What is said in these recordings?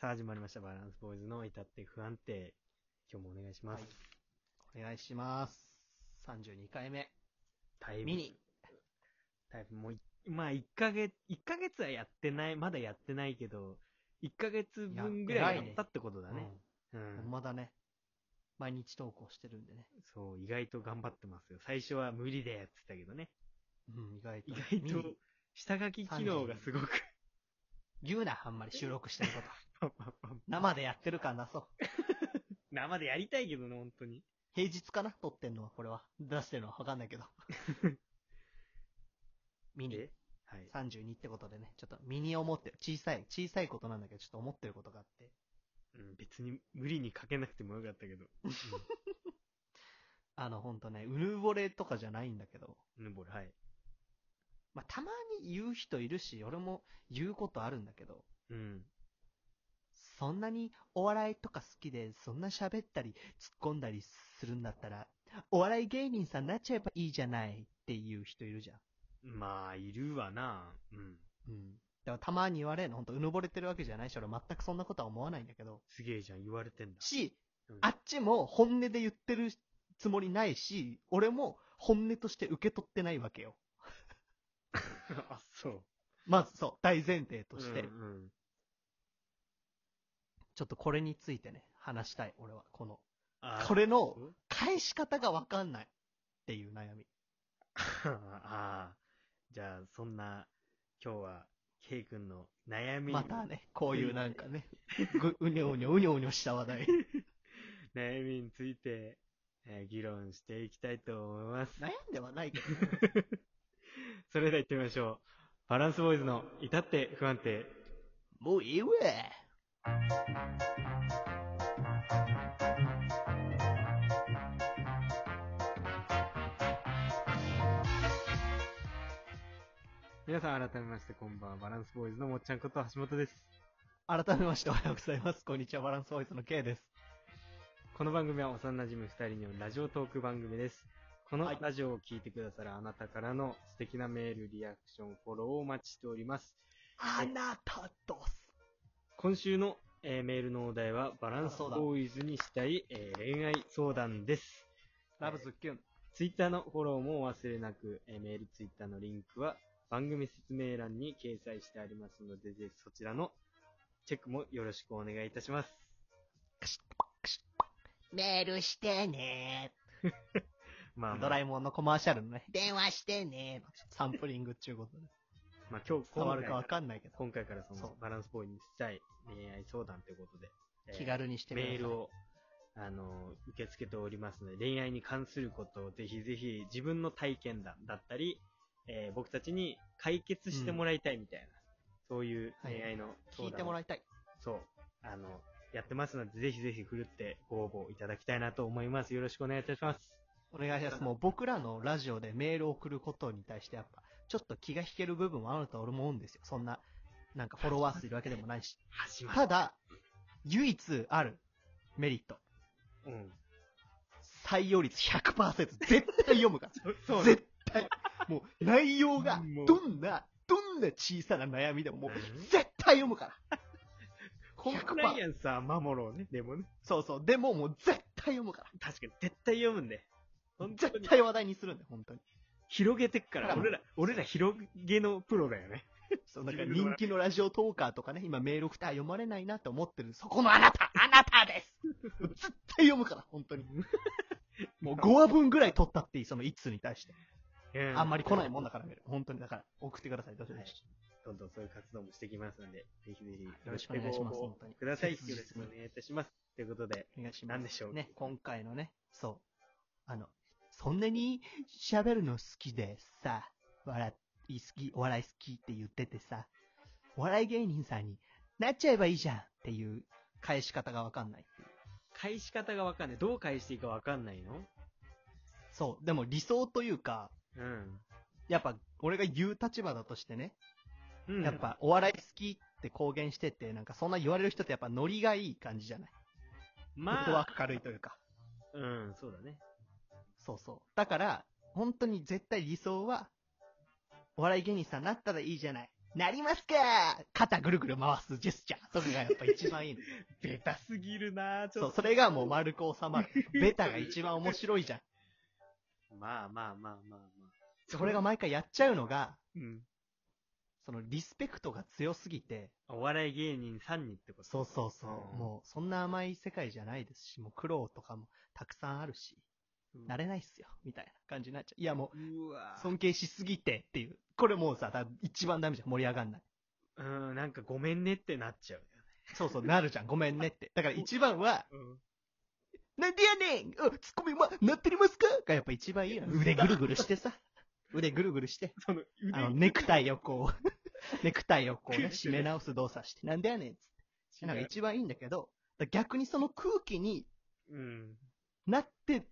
さあ始まりました。バランスボーイズの至って不安定。今日もお願いします。お願いします。32回目。タイムミニ。タイプもうい、まあ1ヶ月、1ヶ月はやってない、まだやってないけど、1ヶ月分ぐらいいや偉やいねったってことだね。ううんん。ほんまだね。毎日投稿してるんでね。そう、意外と頑張ってますよ。最初は無理で、っつったけどね。うん、意外と。意外ミとニ、下書き機能がすごく、言うな、あんまり収録してる こと。パンパンパン生でやってる感出そう。生でやりたいけどね、本当に。平日かな撮ってんのは、これは。出してるのはわかんない けど。ミニえ。はい。 32ってことでね、ちょっとミニを思ってる。小さい、小さいことなんだけど、ちょっと思ってることがあって。うん、別に無理に書けなくてもよかった けど。あの、ほんとね、うぬぼれとかじゃないんだけど。うん、ヌボル、はい。まあ、たまに言う人いるし、俺も言うことあるんだけど。うん。そんなにお笑いとか好きで、そんな喋ったり突っ込んだりするんだったら、お笑い芸人さんになっちゃえばいいじゃないっていう人いるじゃん。まあ、いるわな。うん。うん。だからたまに言われるの、ほんとうぬぼれてるわけじゃないし、俺全くそんなことは思わないんだけど。すげえじゃん、言われてんだ。し、うんあっちも本音で言ってるつもりないし、俺も本音として受け取ってないわけよ。 あ、そう。まずそう、大前提として。うんうんちょっとこれについてね、話したい、俺は。この、あこれのそう返し方がわかんないっていう悩み。 ああ。じゃあ、そんな、今日は、ケイ君の悩みに、またね、こういうなんか ね、ぐうにょうにょうにょうにょした 話題。悩みについて、えー議論していきたいと思います。悩んではないけど、それでは行ってみましょう。バランスボーイズの至って不安定。もういいわ。皆さん改めましてこんばんは。バランスボーイズのもっちゃんこと橋本です。改めましておはようございます。こんにちは、バランスボーイズの K です。この番組は幼馴染二人によるラジオトーク番組です。このはいラジオを聞いてくださるあなたからの素敵なメール、リアクション、フォローをお待ちしております。あなたと今週の、えーメールのお題は、バランスあそうだボーイズにしたい、えー恋愛相談です。ラブズッキュン。ツイッターのフォローもお忘れなく、えーメール、ツイッターのリンクは番組説明欄に掲載してありますので、ぜひそちらのチェックもよろしくお願いいたします。メールしてねまあ、まドあラ、えもんのコマーシャルのね、電話してねサンプリングっちゅうことで。まあ、今日、伝わる今かわ回かんないけど、今回からそそのうバランスボーイにしたい恋愛相談ということで、えー気軽にしてくメださい。ール。を、あのー受け付けておりますので、恋愛に関することをぜひぜひ自分の体験談だったり、えー僕たちに解決してもらいたいみたいな、そういう恋愛の聞いてもらいたい。そう、あの、やってますので、ぜひぜひふるってご応募いただきたいなと思います。よろしくお願いいたします。お願いします。もう僕らのラジオでメールを送ることに対してやっぱ、ちょっと気が引ける部分はあると俺も思うんですよ。そんな、なんかフォロワー数いるわけでもないし。始まる。ただ、唯一あるメリット。うん。採用率100%。絶対読むかそら。うね絶対。もう内容がもう、どんな、どんな小さな悩みでももううん、絶対読むから。コンプライアンスは守ろうね。でもね、そうそう。でももう絶対読むから。確かに絶対読むんで。本当絶に対話題にするんだよ、本当に。広げてっから、うん俺ら、俺ら広げのプロだよね。そう、なんか人気のラジオトーカーとかね、今メール送って、あ、読まれないなって思ってる、そこのあなた、あなたですもう絶対読むから、本当に。もう5話分ぐらい取ったっていい、その1通に対して。うあんまり来ないもんだから、メール本当に。だから、送ってください、どうぞ。はいどんどんそういう活動もしてきますので、ぜひぜひ、よろしくお願いしますご応本当に募ください。よ切実にろしくお願いいたします。ということで、お願いします。何でしょうね、今回のね、そう。あの、そんなに喋るの好きでさ、笑い好き、お笑い好きって言っててさ、お笑い芸人さんになっちゃえばいいじゃんっていう返し方がわかんない。返し方がわかんない。どう返していいかわかんないのそう。でも理想というか、うん。やっぱ、俺が言う立場だとしてね、うんやっ、ぱ、お笑い好きって公言してて、なんかそんな言われる人ってやっぱノリがいい感じじゃないフットワまあー、ク軽いというか。うん、そうだね。そうそう。だから、本当に絶対理想は、お笑い芸人さんになったらいいじゃない。なりますか肩ぐるぐる回すジェスチャーとかがやっぱ 一番いいの。ベタすぎるなぁ、ちそょうっ、と。それがもう丸く収まる。ベタが一番面白いじゃん。まあまあまあまあまあ。それが毎回やっちゃうのが、うん。そのリスペクトが強すぎて、お笑い芸人3人ってことそうそうそう、うんもうそんな甘い世界じゃないですし、もう苦労とかもたくさんあるし、うん慣れないっすよ、みたいな感じになっちゃう。いやもうわう、ぁ尊敬しすぎてっていう。これもうさ、だ一番ダメじゃん、盛り上がんない。うん、なんかごめんねってなっちゃうよそうそう、なるじゃん、ごめんねって。だから一番は、ね。なんでやねんうんツッコミ、ま、なってりますかがやっぱ一番いいよ。腕ぐるぐるしてさ。腕ぐるぐるして。その腕あの、ネクタイをこう、 ネクタイをこうね、締め直す動作して。なんでやねんっつって。なんか一番いいんだけど、だから逆にその空気にうん。なって、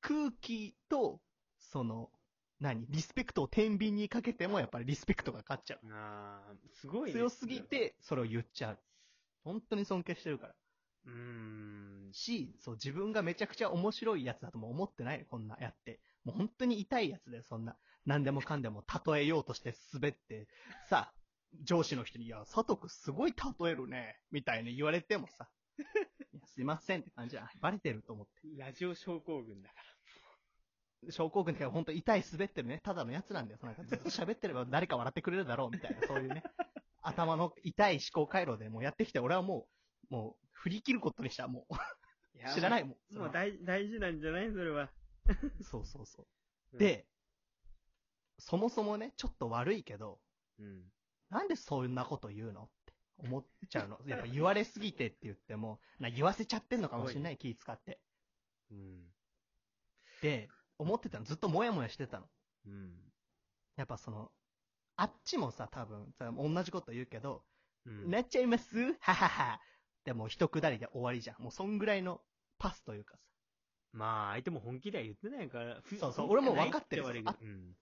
空気と、その、何リスペクトを天秤にかけても、やっぱりリスペクトが勝っちゃう。ああ、すごいね強すぎ。て、それを言っちゃう。本当に尊敬してるから。うーん。し、そう、自分がめちゃくちゃ面白いやつだとも思ってない、こんなやって。もう本当に痛いやつだよ、そんな。何でもかんでも例えようとして滑って、さ、上司の人に、いや、佐藤くんすごい例えるね、みたいに言われてもさ、 いやすいませんって感じじゃん。バレてると思って。ラジオ症候群だか症候群だけど本当痛い滑ってるね、ただのやつなんだよ。なんかずっと喋ってれば誰か笑ってくれるだろう、みたいな、そういうね。頭の痛い思考回路でもうやってきて、俺はもう、もう、振り切ることにした、もら。。う。知らないいもん。もう大大事なんじゃないそれは。そうそうそう。うん、で、そもそもね、ちょっと悪いけど、うん。なんでそんなこと言うのって思っちゃ うの。やっぱ言われすぎてって言っても、な言わせちゃってんのかもしれない、気使って。うん。で、思ってたの。ずっともやもやしてたの。うん。やっぱその、あっちもさ、多分、さ同じこと言うけど、うん。なっちゃいますははは。でも、一くだりで終わりじゃん。もう、そんぐらいのパスというかさ。まあ、相手も本気では言ってないから。ふそうそう本気じゃ俺もない分かってる言われあうん。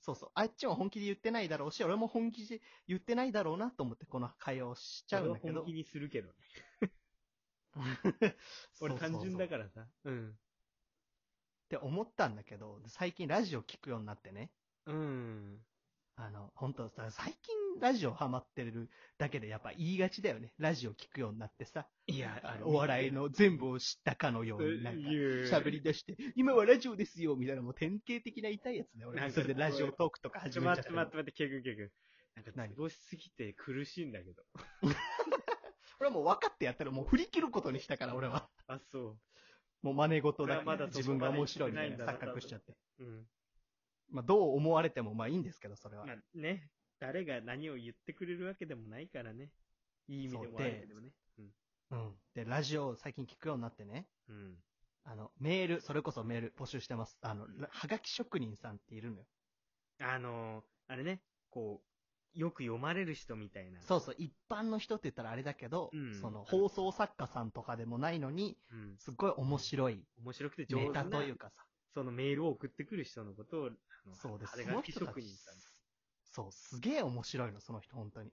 そうそう。あっちも本気で言ってないだろうし、俺も本気で言ってないだろうなと思って、この会話をしちゃうんだけ俺はど本気。にするけどね。そう 俺そうそう単純だからさ。うん。って思ったんだけど、最近ラジオ聞くようになってね。うん。あの、本当さ最近ラジオハマってるだけでやっぱ言いがちだよね。ラジオ聞くようになってさ。いや、あのお笑いの全部を知ったかのように、なんか、喋り出して、今はラジオですよみたいな、もう典型的な痛いやつだなよ。ん俺かそれでラジオトークとかち始ょ、めちゃっ待ってて。待って待って、ケグケグ。なんか、何過ごしすぎて苦しいんだけど。俺はもう分かってやったら、もう振り切ることにしたから、俺は。あ、そもう真似事だけまだそこまで自分が面白いみたい行ってなないん錯だな覚しちゃって。う。うん。まあ、どう思われても、まあいいんですけど、それはま。あね、誰が何を言ってくれるわけでもないからね。いい意味でもそうで悪い意味でもね。うん。うん。で、ラジオを最近聞くようになってね。うん。あの、メール、それこそメール募集してます。あの、らはがき職人さんっているのよ。あのー、あれね、こう、よく読まれる人みたいな。そうそう、一般の人って言ったらあれだけど、うんその、放送作家さんとかでもないのに、う。うん。すっごい面白い面白くて上ネ手なタ、というかさ、そのメールを送ってくる人のことを、あのそうです。あれそのが非人た職ち人さん。、そう、すげえ面白いの、その人、本当に。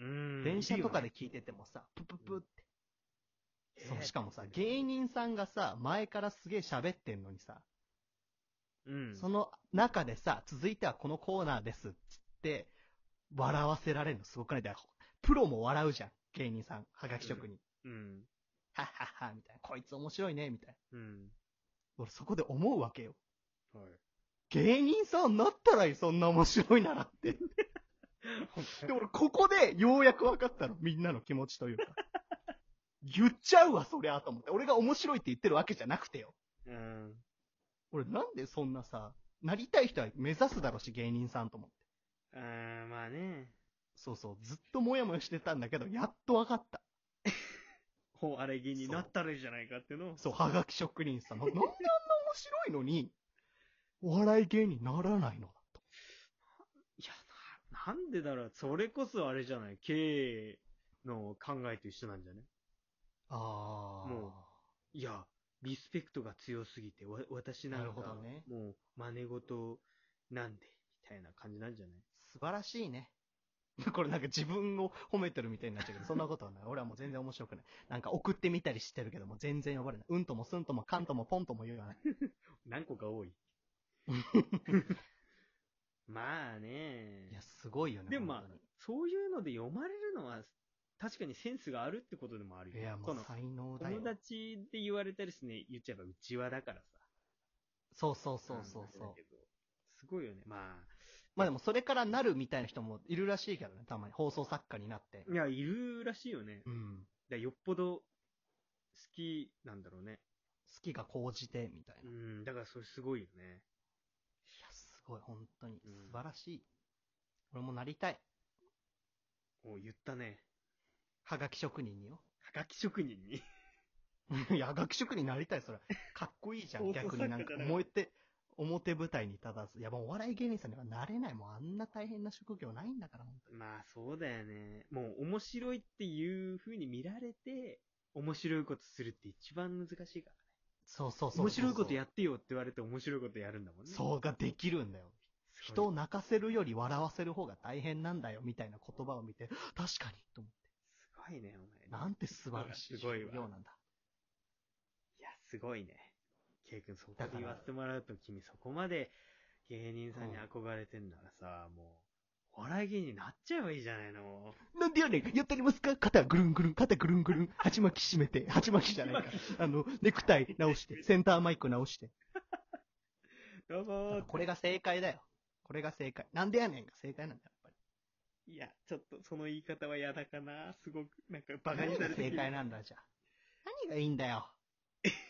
うん。電車とかでい聞いててもさ、プププって。いよそね、う、しかもさ、えー芸人さんがさ、前からすげえ喋ってんのにさ、うん。その中でさ、続いてはこのコーナーですっつって、笑わせられるのすごくないだからプロも笑うじゃん、芸人さん、はがき職人。うん。はっはっは、みたいな。こいつ面白いね、みたいな。うん。俺そこで思うわけよ。はい。芸人さんなったらいい、そんな面白いなら って。 で、俺ここでようやく分かったの、みんなの気持ちというか。 言っちゃうわ、そりゃ、と思って。俺が面白いって言ってるわけじゃなくてよ。うん。俺なんでそんなさ、なりたい人は目指すだろうし、芸人さんと思って。あーまあね。そうそう、ずっともやもやしてたんだけど、やっと分かった。お笑い芸人になったらいいじゃないかっていうのを。そう、はがき職人さん。ななんであんな面白いのに、お笑い芸人にならないのだと。いや、な、なんでだろう。それこそあれじゃない。経営の考えと一緒なんじゃねあーもいや、リスペクトが強すぎて、わ、私なんか、なるほどねもう、真似事なんで、みたいな感じなんじゃない素晴らしいね。これなんか自分を褒めてるみたいになっちゃうけど、そんなことはない。俺はもう全然面白くない。なんか送ってみたりしてるけども、全然呼ばれない。うんともすんとも かんともぽんとも言わない。何個か多い。まあねいや、すごいよね。でもまあ本当そういうので読まれるのは、確かにセンスがあるってことでもあるよ。にいや、もそうの才能だよ友。達で言われたりすね、言っちゃえばうちわだからさ。そうそうそうそうそんあうれだ。けどすごいよね。ままあでもそれからなるみたいな人もいるらしいけどね、たまに。放送作家になってあ、。いや、いるらしいよね。うん。だよっぽど好きなんだろうね。好きが高じて、みたいうな。いん、だからそれすごいよね。や、すごい、本当に。うん素晴らしい。俺もなりたい。お言ったね。はがき職人によ。 はがき職人に。 いや、はがき職人になりたい、それ。かっこいいじゃん、放送作逆家になんかじゃな。い表、表舞台に立たず。いや、もうお笑い芸人さんにはなれない。もうあんな大変な職業ないんだから、本当に。まあそうだよね。もう面白いっていう風に見られて、面白いことするって一番難しいからね。そうそうそう。面白いことやっってよって言われて面白いことやるんだもんね。そうができるんだよ。す人ごいを泣かせるより笑わせる方が大変なんだよ、みたいな言葉を見て、確かに、と思すごいね、おう。前。なんて素晴らしいすごいわようなんだ。いや、すごいね。ケイ君、そこだでから言わせてもらうと、君そこまで芸人さんに憧れてんならさ、もう、お笑い芸人になっちゃえばいいじゃない の。なんでやねんやってりますか肩ぐるんぐるん、肩ぐるんぐるん、鉢巻き締めて、鉢巻きじゃないか。あの、ネクタイ直して、センターマイク直して。どうぞーってこれが正解だよ。これが正解。なんでやねんが正解なんだよ、やっいや、ちょっとその言い方は嫌だかな。すごく、なんかぱバカにり。され何がて正る解なんだ、じゃあ。何がいいんだよ。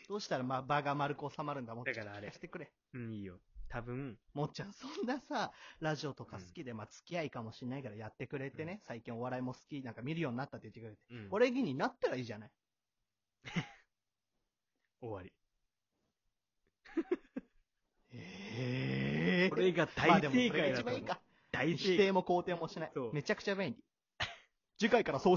どうしたら、まあ、場が丸く収まるんだ、もっちゃん。 だからあれ聞せてくれ。うん、いいよ。多分、もっちゃん、そんなさ、ラジオとか好きで、まあ、付き合いかもしんないからやってくれてね、最近お笑いも好き、なんか見るようになったって言ってくれて。うん、俺芸人になったらいいじゃない。終わり。えこれがまあ大正でもそれ解がだと一番思いうい。か。大否正解定。も肯定もしないそ。うめちゃくちゃ便利。次回からそうし